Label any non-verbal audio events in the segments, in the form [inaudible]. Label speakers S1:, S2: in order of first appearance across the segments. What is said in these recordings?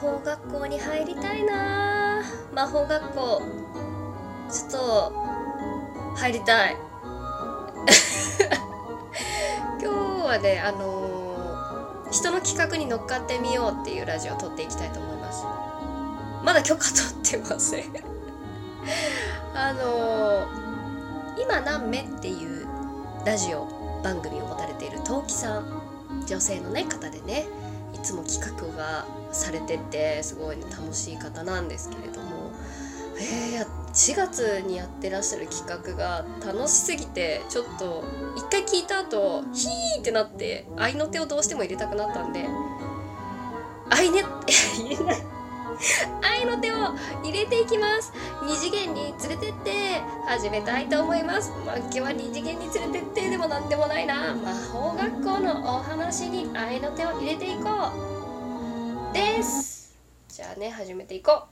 S1: 法学校に入りたいなぁ魔法学校ちょっと入りたい [laughs] 今日はねあのー人の企画に乗っかってみようっていうラジオを撮っていきたいと思いますまだ許可取ってません [laughs] あのー今何目っていうラジオ番組を持たれているトウキさん女性のね方でねいつも企画がされててすごい、ね、楽しい方なんですけれども、えーや4月にやってらっしゃる企画が楽しすぎてちょっと一回聞いた後ヒーってなって愛の手をどうしても入れたくなったんで愛ね [laughs] 言えない愛の手を入れていきます二次元に連れてって始めたいと思いますまあ今日は二次元に連れてってでもなんでもないな魔法学校のお話に愛の手を入れていこうですじゃあね始めていこう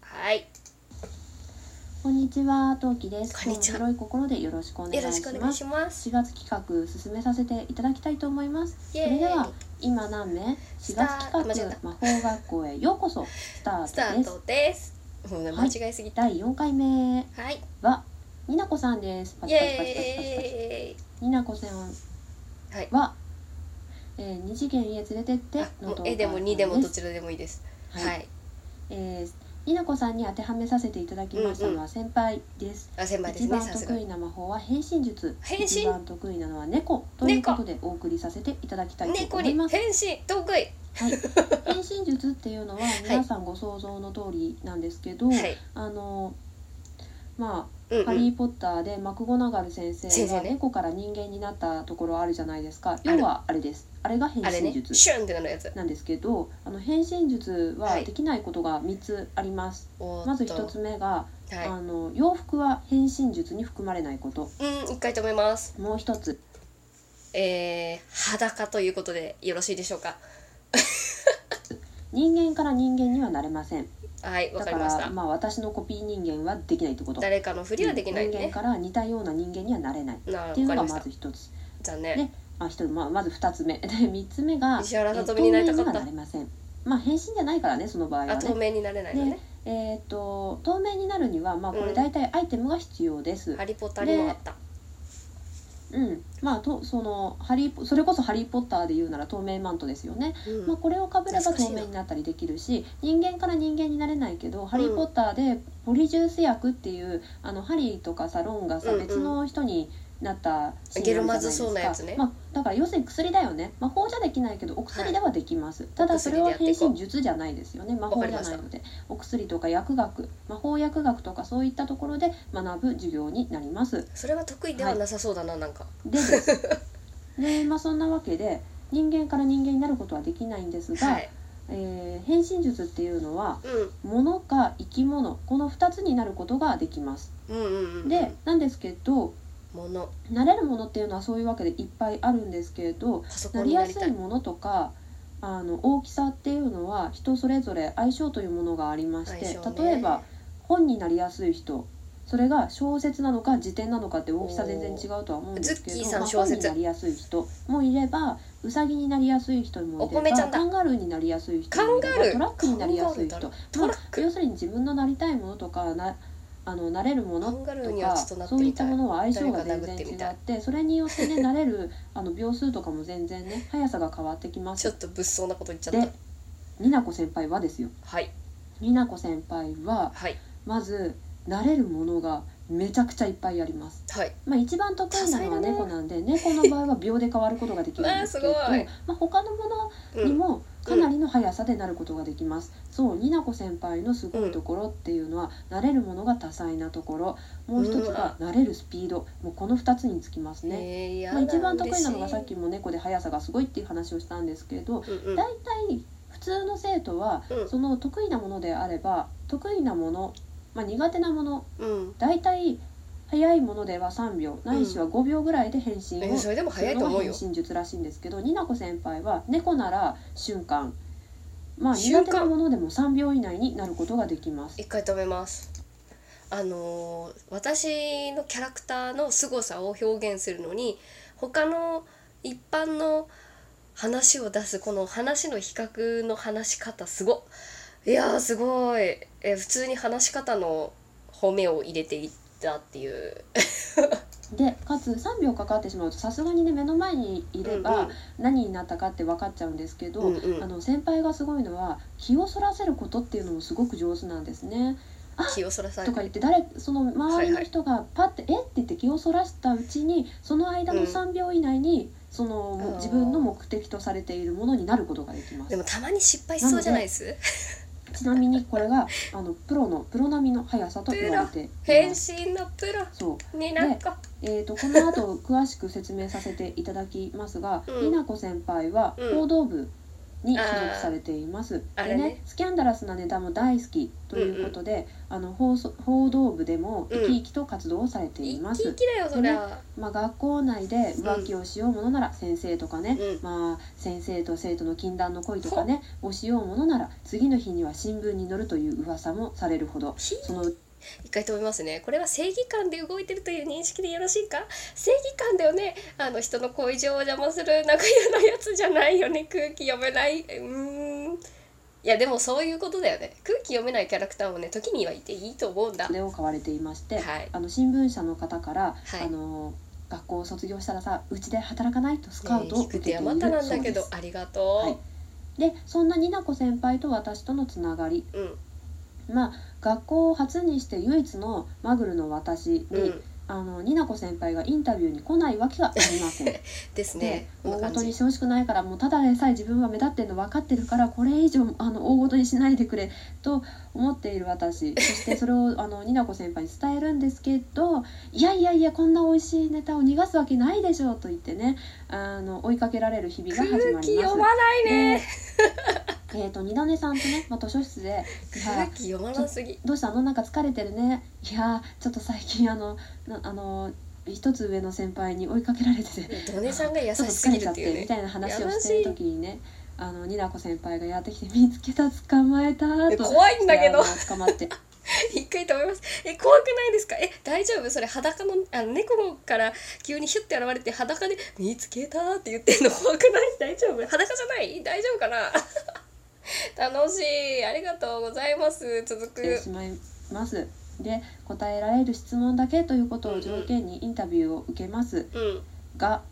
S1: はい
S2: こんにちは、トウキです。
S1: こんにちは
S2: 今日も広い心でよろしくお願い
S1: よ
S2: しま
S1: ろし
S2: す。
S1: くお願いします
S2: 4月企画進めさせていただきたいと思います。
S1: イ
S2: そ
S1: エーイ
S2: れでは今何名？4
S1: ス
S2: 月
S1: ター
S2: 企
S1: 間違え
S2: 画魔法学校へようこそスタ
S1: スタ
S2: ート
S1: ー
S2: です。
S1: トですもうね間違えすぎたは
S2: 第4回目
S1: い、
S2: はになこさんです。パ
S1: イ
S2: チパチパチパチパチパチ。
S1: エーイ
S2: になこさん
S1: はい
S2: は、えー二次元へ連れてって
S1: あもう
S2: 投稿
S1: 絵でも2でもど
S2: です
S1: ちらでもいいですはい、
S2: はい。えーになこさんに当てはめさせていただきましたのは先輩です。
S1: あ先輩で
S2: 一
S1: すね
S2: 番
S1: さすが
S2: 得意な魔法は変身術
S1: 変身
S2: 一番得意なのは猫ということでお送りさせていただきたいと
S1: 猫
S2: 思
S1: に
S2: い
S1: 変
S2: ます、
S1: 身得意
S2: はい、変身術っていうの
S1: [laughs]
S2: は皆さんご想像の通りなんですけど、
S1: はい
S2: あのまあ
S1: うん
S2: 「ハリー・ポッター」でマクゴナガル先生
S1: 先生
S2: が
S1: ね
S2: 猫から人間になったところあるじゃないですか
S1: ある
S2: 要はあれですあれが変
S1: あれ
S2: 身
S1: ね
S2: 術
S1: シュンってなるやつ
S2: なんですけどあの変身術
S1: は
S2: はいできないことが3つあります、
S1: おーっと
S2: まず1つ目が、
S1: はい
S2: あの洋服は変身術に含まれないこと
S1: うん一回止めます
S2: もう一つ
S1: えー、裸ということでよろしいでしょうか
S2: 人間から人間にはなれません
S1: はいわ
S2: だ
S1: か
S2: か
S1: りました
S2: らまあ私のコピー人間はできないってこと
S1: 誰かのふりはできない
S2: 人間
S1: ね
S2: から似たような人間にはなれないっ
S1: なあわ
S2: ていう
S1: か
S2: の
S1: り
S2: が
S1: ました
S2: まず一つ
S1: 残念
S2: ねあ一人まあまず二つ目 [laughs] で三つ目が
S1: 石原さとみに
S2: え
S1: な
S2: ー透
S1: り
S2: 明
S1: たか
S2: には
S1: っ
S2: な
S1: た
S2: れませんまあ変身じゃないからねその場合は
S1: あ透
S2: ね
S1: 明になれないのね
S2: えーっと透明になるにはまあこ
S1: うん
S2: れ大体アイテムが必要です
S1: ハリポタにもあった
S2: うんまあとそのハリーポそれこそハリーポッターで言うなら透明マントですよね
S1: うん
S2: まあ、これをかぶれば
S1: 懐かしい
S2: 透
S1: な
S2: 明になったりできるし人間から人間になれないけど「ハリー・ポッター」でポリジュース薬っていうあのハリーとかさロンが
S1: う
S2: さ、
S1: んうん
S2: 別の人になったシーンあるじゃないです
S1: ゲルマズそうなやつね
S2: まあ、だから要するに薬だよね魔法じゃできないけどお薬ではできます、
S1: お
S2: ただそ
S1: 薬
S2: れ
S1: で
S2: は
S1: やって
S2: 変
S1: いこう
S2: 身術じゃないですよね魔法じゃないのでお薬とか薬学魔法薬学とかそういったところで学ぶ授業になります
S1: それは得意ではなさそうだななんか
S2: でです
S1: [laughs]
S2: でまあそんなわけで人間から人間になることはできないんですが、
S1: はい
S2: えー変身術っていうのは
S1: うん
S2: 物か生き物この2つになることができます。
S1: うんうんうん
S2: でなんですけど
S1: もの
S2: なれるものっていうのはそういうわけでいっぱいあるんですけれど
S1: パソコン
S2: なり
S1: にな
S2: や
S1: り
S2: す
S1: た
S2: い
S1: い
S2: ものとかあの大きさっていうのは人それぞれ相性というものがありまして
S1: 相性ね
S2: 例えば本になりやすい人それが小説なのか辞典なのかって大きさ全然違うとは思うんですけ
S1: おーズッキ
S2: れ
S1: ー
S2: ど、
S1: さん
S2: まあ
S1: 小
S2: 本
S1: 説
S2: になりやすい人もいればウサギになりやすい人もい
S1: お米
S2: れ
S1: ちゃんだ
S2: ばカンガルーになりやすい人もいれば
S1: カンガルー
S2: トラックになりやすい
S1: カンガ
S2: 人
S1: ルーだろ
S2: まあ
S1: トラック
S2: 要するに自分のなりたいものとかなあのなれるも
S1: カ
S2: の
S1: ンガルー
S2: と
S1: には
S2: か
S1: ちょっとなって
S2: そうい
S1: み
S2: った
S1: た
S2: も
S1: い
S2: のは相性が
S1: 誰
S2: 全
S1: か殴
S2: 然
S1: ってみ
S2: 違
S1: たい
S2: ってそれによって
S1: [laughs]
S2: ね慣れるあの秒数とかも全然ね速さが変わってきま
S1: ちょ
S2: す
S1: っと物騒なこと言っちゃっ
S2: でになこ先輩はですよ
S1: たはい
S2: になこ先輩は
S1: はい
S2: まず慣れるものがめちゃくちゃいっぱぱいあります
S1: はい
S2: まあ一番得意なのは
S1: 多彩だな
S2: 猫なんで猫の場合は秒で変わることができるんですけど
S1: わあすごい
S2: まあ、他のもの
S1: う
S2: に
S1: ん
S2: もかなりの速さでなることができます、そうになこ先輩のすごいところっていうのは、慣れるものが多彩なところもう一つが慣れるスピードもうこの2つにつきますね、
S1: えーや
S2: ま
S1: だ
S2: あ、一番得意なの
S1: 嬉
S2: が
S1: しい
S2: さっきも猫で速さがすごいっていう話をしたんですけれど
S1: うんうん
S2: 大体普通の生徒は
S1: うん
S2: その得意なものであれば得意なもの、まあ、苦手なもの
S1: うん
S2: 大体速いものでは3秒ないしは5秒ぐらいで変身
S1: え
S2: を
S1: それでも早いと思うよ
S2: 真術らしいんですけどになこ先輩は猫なら瞬間まあ
S1: 瞬間
S2: 苦手なものでも3秒以内になることができます
S1: 一回止めますあのー私のキャラクターの凄さを表現するのに他の一般の話を出すこの話の比較の話し方すごっいやーすごいえ普通に話し方の褒めを入れていったっていう
S2: でかつ3秒かかってしまうとさすがにね目の前にいれば何になったかって分かっちゃうんですけど、
S1: うんうん
S2: あの先輩がすごいのは気をそらせることっていうのもすごく上手なんですね。
S1: 気をそらされ
S2: とか言って誰その周りの人がパッて「えっ?」て言って気をそらしたうちにその間の
S1: うん
S2: 3秒以内にその
S1: あー
S2: 自分の目的とされているものになることができま。
S1: ですもたまに失敗しそうじゃないです
S2: ちなみにこれがあのプロのプロ並みの速さと言われてい
S1: 変
S2: ます。
S1: 身のプロ
S2: そう
S1: になんか
S2: えー、とこ
S1: [laughs]
S2: の後詳しく説明させていただきますが、
S1: うん
S2: りなこ先輩は
S1: うん
S2: 報道部に所属されています。
S1: あー
S2: で
S1: あれね
S2: スキャンダラスなネタも大好きということで、あの放送報道部でも生き生きと活動をされて
S1: 生
S2: いま
S1: き
S2: す。
S1: 生きだよそりゃ、
S2: まあ、学校内で浮気をしようものなら先生とかね、
S1: うん
S2: まあ、先生と生徒の禁断の恋とかねをしようものなら次の日には新聞に載るという噂もされるほど
S1: ひ
S2: その
S1: 一回飛びますねこれは正義感で動いてるという認識でよろしいか正義感だよねあの人の恋情を邪魔するなんか嫌なやつじゃないよね空気読めないうーんいやでもそういうことだよね空気読めないキャラクターもね時にはいていいと思うんだは
S2: 腕を買われていまして、
S1: い
S2: あの新聞社の方から、
S1: はい
S2: あの学校を卒業したらさうちで働かないとスカウトを
S1: ねえ聞
S2: 受
S1: く
S2: けて
S1: 手
S2: いる
S1: はま
S2: そう
S1: た
S2: で
S1: な
S2: す
S1: んだけどありがとう、
S2: はいでそんなになこ先輩と私とのつながり
S1: うん
S2: まあ学校を初にして唯一のマグルの私に、
S1: うん
S2: あのになこ先輩がインタビューに来ないわけがありません
S1: です
S2: で
S1: ねこ
S2: 大
S1: んな
S2: 事
S1: 感
S2: にし
S1: じ
S2: てほしくないからもうただでさえ自分は目立ってるの分かってるからこれ以上あの大ごとにしないでくれと思ってい
S1: [laughs]
S2: る私そしてそれをあのになこ先輩に伝えるんですけどいやいやいやこんな美味しいネタを逃がすわけないでしょうと言ってねあの追いかけられる日々が
S1: 空
S2: 始まりま
S1: 気読
S2: す。
S1: まない
S2: で
S1: ね
S2: えー、と二種さんとね、まあ、図書室
S1: [laughs]
S2: でいや
S1: 空気読まなすぎ
S2: どうしたのなんか疲れてるねいやーちょっと最近あのなあの一つ上の先輩に追いかけられてて
S1: ドネさんが優
S2: ちょっと
S1: しす
S2: 疲
S1: ぎ
S2: れち
S1: る
S2: ゃっ
S1: ってい
S2: て
S1: う
S2: み
S1: ね
S2: たいな話をしてる時にねあのになこ先輩がやってきて「見つけた捕まえた」
S1: え
S2: と
S1: 怖いんだけど
S2: いやー捕
S1: [laughs]
S2: まって
S1: 一回食べますえ怖くないですかえ大丈夫それ裸のあの猫から急にヒュッて現れて裸で「見つけた」って言ってんの怖くない大丈夫裸じゃない大丈夫かな [laughs] 楽しいありがとうございます続
S2: って
S1: く
S2: しまいます。で答えられる質問だけということを条件にインタビューを受けます
S1: うん
S2: が、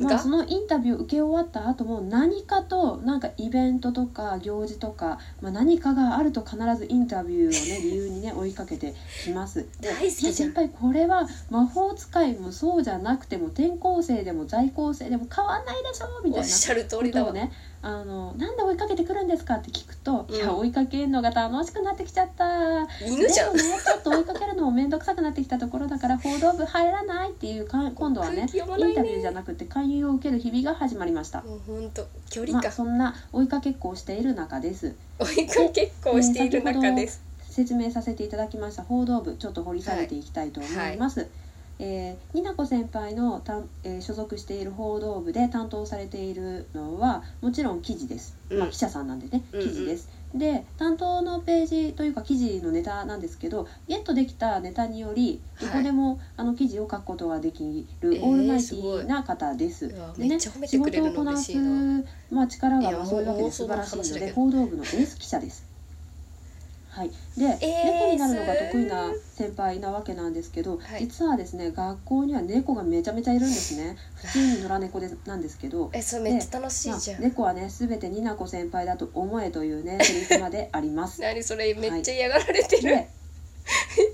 S2: まあ、
S1: が
S2: そのインタビューを受け終わった後も何かとなんかイベントとか行事とか、まあ、何かがあると必ずインタビューをね理由にね追いかけてきます。で
S1: 大好きじゃん
S2: いや先輩これは魔法使いもそうじゃなくても転校生でも在校生でも変わんないでしょみた
S1: お
S2: い
S1: っ
S2: な。
S1: しゃる通
S2: こ
S1: りだ
S2: とを
S1: わ、
S2: ね、あのなんで追いかけてくるんですかって聞くと、
S1: うん
S2: いや追いかけるのが楽しくなってきちゃった
S1: 犬じゃん
S2: でもねちょっと追いかけるのも面倒くさくなってきたところだから報道部入らないっていうか今度はね
S1: 空気読ま
S2: イ
S1: な
S2: ン
S1: い
S2: タビューじ
S1: ね
S2: ゃなくて勧誘を受ける日々が始まりました。
S1: もうほんと距離
S2: まあ、
S1: 感、
S2: そんな追いかけっこをしている中です
S1: 追いかけっこをしている中です、
S2: 説明させていただきました報道部ちょっと掘り下げていきたいと思います、えー、になこ先輩のたん、えー所属している報道部で担当されているのはもちろん記事です、
S1: うん
S2: まあ、記者さんなんでね
S1: うんうん
S2: 記事です、で担当のページというか記事のネタなんですけどゲットできたネタにより
S1: はい
S2: どこでもあの記事を書くことができる
S1: えー
S2: オールマイティーな方です。
S1: うわ
S2: でね
S1: めっちゃ褒め
S2: 仕
S1: てくれ
S2: 事を
S1: る
S2: こ
S1: の
S2: な
S1: 嬉
S2: す
S1: しいな、
S2: まあ、力
S1: い
S2: が
S1: や
S2: まあそういうわけ
S1: も
S2: で
S1: う
S2: 素晴らしい
S1: そ
S2: の
S1: んな話だ
S2: で
S1: けど
S2: 報道部のエース記者です。はい、で、
S1: エース
S2: 猫になるのが得意な先輩なわけなんですけど、
S1: はい
S2: 実はですね学校には猫がめちゃめちゃいるんですね普通に野良猫でなんですけど、
S1: えそれめっちゃ楽し
S2: ま
S1: い
S2: あ
S1: じゃん、
S2: 猫はね全てになこ先輩だと思えという
S1: [laughs]
S2: ねセリフまであります。
S1: 何それめっちゃ嫌がられてる、
S2: で
S1: めっ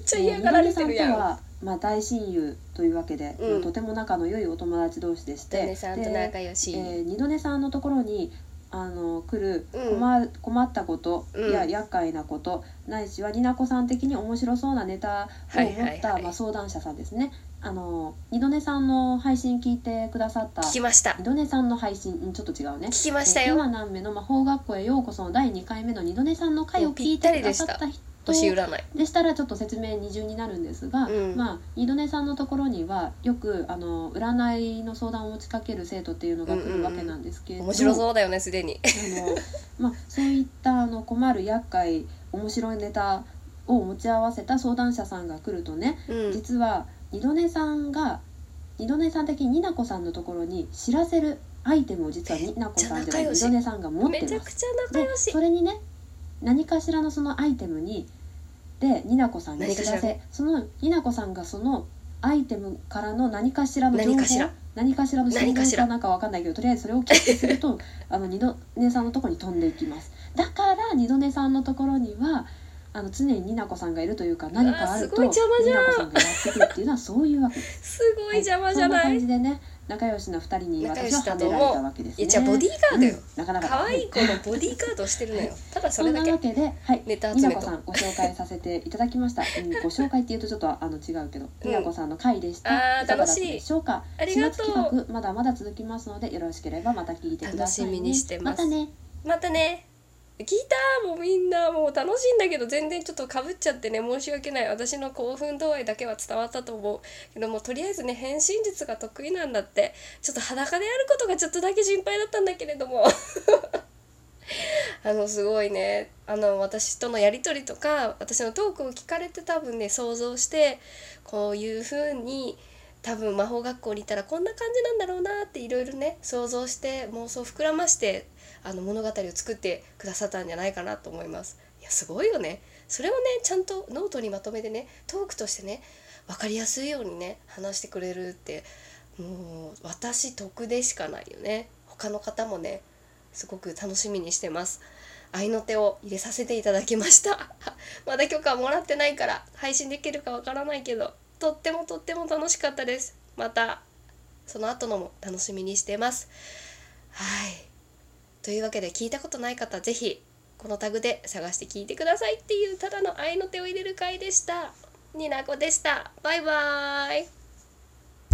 S1: ちゃ嫌がられてるや
S2: みどりさん
S1: ん
S2: とは、まあ、大親友というわけで、
S1: うん
S2: まあとても仲の良いお友達同士でし
S1: 旦
S2: て
S1: 那さんと
S2: で
S1: 仲良し、
S2: えー二度寝さんのところにあの来る
S1: うん
S2: 困,、困ったこと
S1: うん
S2: や厄介なこと、ないしはになこさん的に面白そうなネタを持った、
S1: はいはいはい
S2: まあ、相談者さんですね。あの二度寝さんの配信聞いてくださった
S1: 聞きました
S2: 二度寝さんの配信うんちょっと違うね。
S1: 聞きました
S2: えー
S1: よ
S2: 今何目の魔法学校へようこその第2回目の二度寝さんの回を聞いてくださった人
S1: 星占い
S2: でしたらちょっと説明二重になるんですが、
S1: うん
S2: まあ二度寝さんのところにはよくあの占いの相談を持ちかける生徒っていうのが来るわけなんですけれど、
S1: 面白そうだよねすでに
S2: あのまあそういったあの困る厄介面白いネタを持ち合わせた相談者さんが来るとね、
S1: うん
S2: 実は二度寝さんが二度寝さん的にになこさんのところに知らせるアイテムを実はになこさんじゃない
S1: めっ
S2: 二
S1: ち
S2: 度
S1: ゃ仲
S2: 寝さんが持っ
S1: め
S2: て
S1: ちゃ
S2: ま
S1: く
S2: す。
S1: ちゃ仲
S2: で
S1: 良し
S2: それにね何かしらのそのアイテムにでになこさんに知ら
S1: 何かし
S2: せそのになこさんがそのアイテムからの何かしらの情報
S1: 何かしら
S2: 何かしらの新
S1: 何か
S2: 聞
S1: し
S2: からなんかわかんないけどとりあえずそれをキャッチす
S1: [laughs]
S2: るとあの二度姉さんのところに飛んでいきますだから二度姉さんのところにはあの常にになこさんがいるというか何かある
S1: す
S2: と
S1: ごい
S2: にな
S1: 邪魔じゃん
S2: こさんがやってくるっていうのはそういうわけです
S1: ごい邪魔じゃ
S2: は
S1: ない
S2: そんな感じでね仲良しの二人に私ははめられたわけです
S1: いや
S2: ね
S1: じゃあボディーガードよ
S2: うんなかなか
S1: 可愛い子のボディーガードをしてるのよただそ
S2: そ
S1: れ
S2: ん
S1: だ
S2: な
S1: け
S2: わけで、はい、
S1: ネタ
S2: み
S1: 集
S2: な
S1: め
S2: ことさんご紹介させていただき
S1: [laughs]
S2: ました。うん、ご紹介っていうとちょっとあの違うけど、
S1: うん
S2: みなこさんの回でした。
S1: あー
S2: いかがだった
S1: 楽しい
S2: でしょうか。
S1: ありが
S2: 4
S1: と
S2: 月
S1: う
S2: 企画まだまだ続きますので、よろしければまた聞いてください、ね。
S1: 楽しみにしてます
S2: またね。
S1: またねギターもみんなもう楽しいんだけど全然ちょっとかぶっちゃってね申し訳ない私の興奮度合いだけは伝わったと思うけどもとりあえずね変身術が得意なんだってちょっと裸でやることがちょっとだけ心配だったんだけれども [laughs] あのすごいねあの私とのやり取りとか私のトークを聞かれて多分ね想像してこういう風に多分魔法学校にいたらこんな感じなんだろうなっていろいろね想像して妄想膨らましてあの物語を作ってくださったんじゃないかなと思います。いやすごいよね。それをねちゃんとノートにまとめてねトークとしてね分かりやすいようにね話してくれるってもう私得でしかないよね。他の方もねすごく楽しみにしてます。愛の手を入れさせていただきました。 [laughs] まだ許可もらってないから配信できるかわからないけどとってもとっても楽しかったです。またその後のも楽しみにしてます。はい。というわけで聞いたことない方ぜひこのタグで探して聞いてくださいっていうただの愛の手を入れる回でした。になこでした。バイバーイ。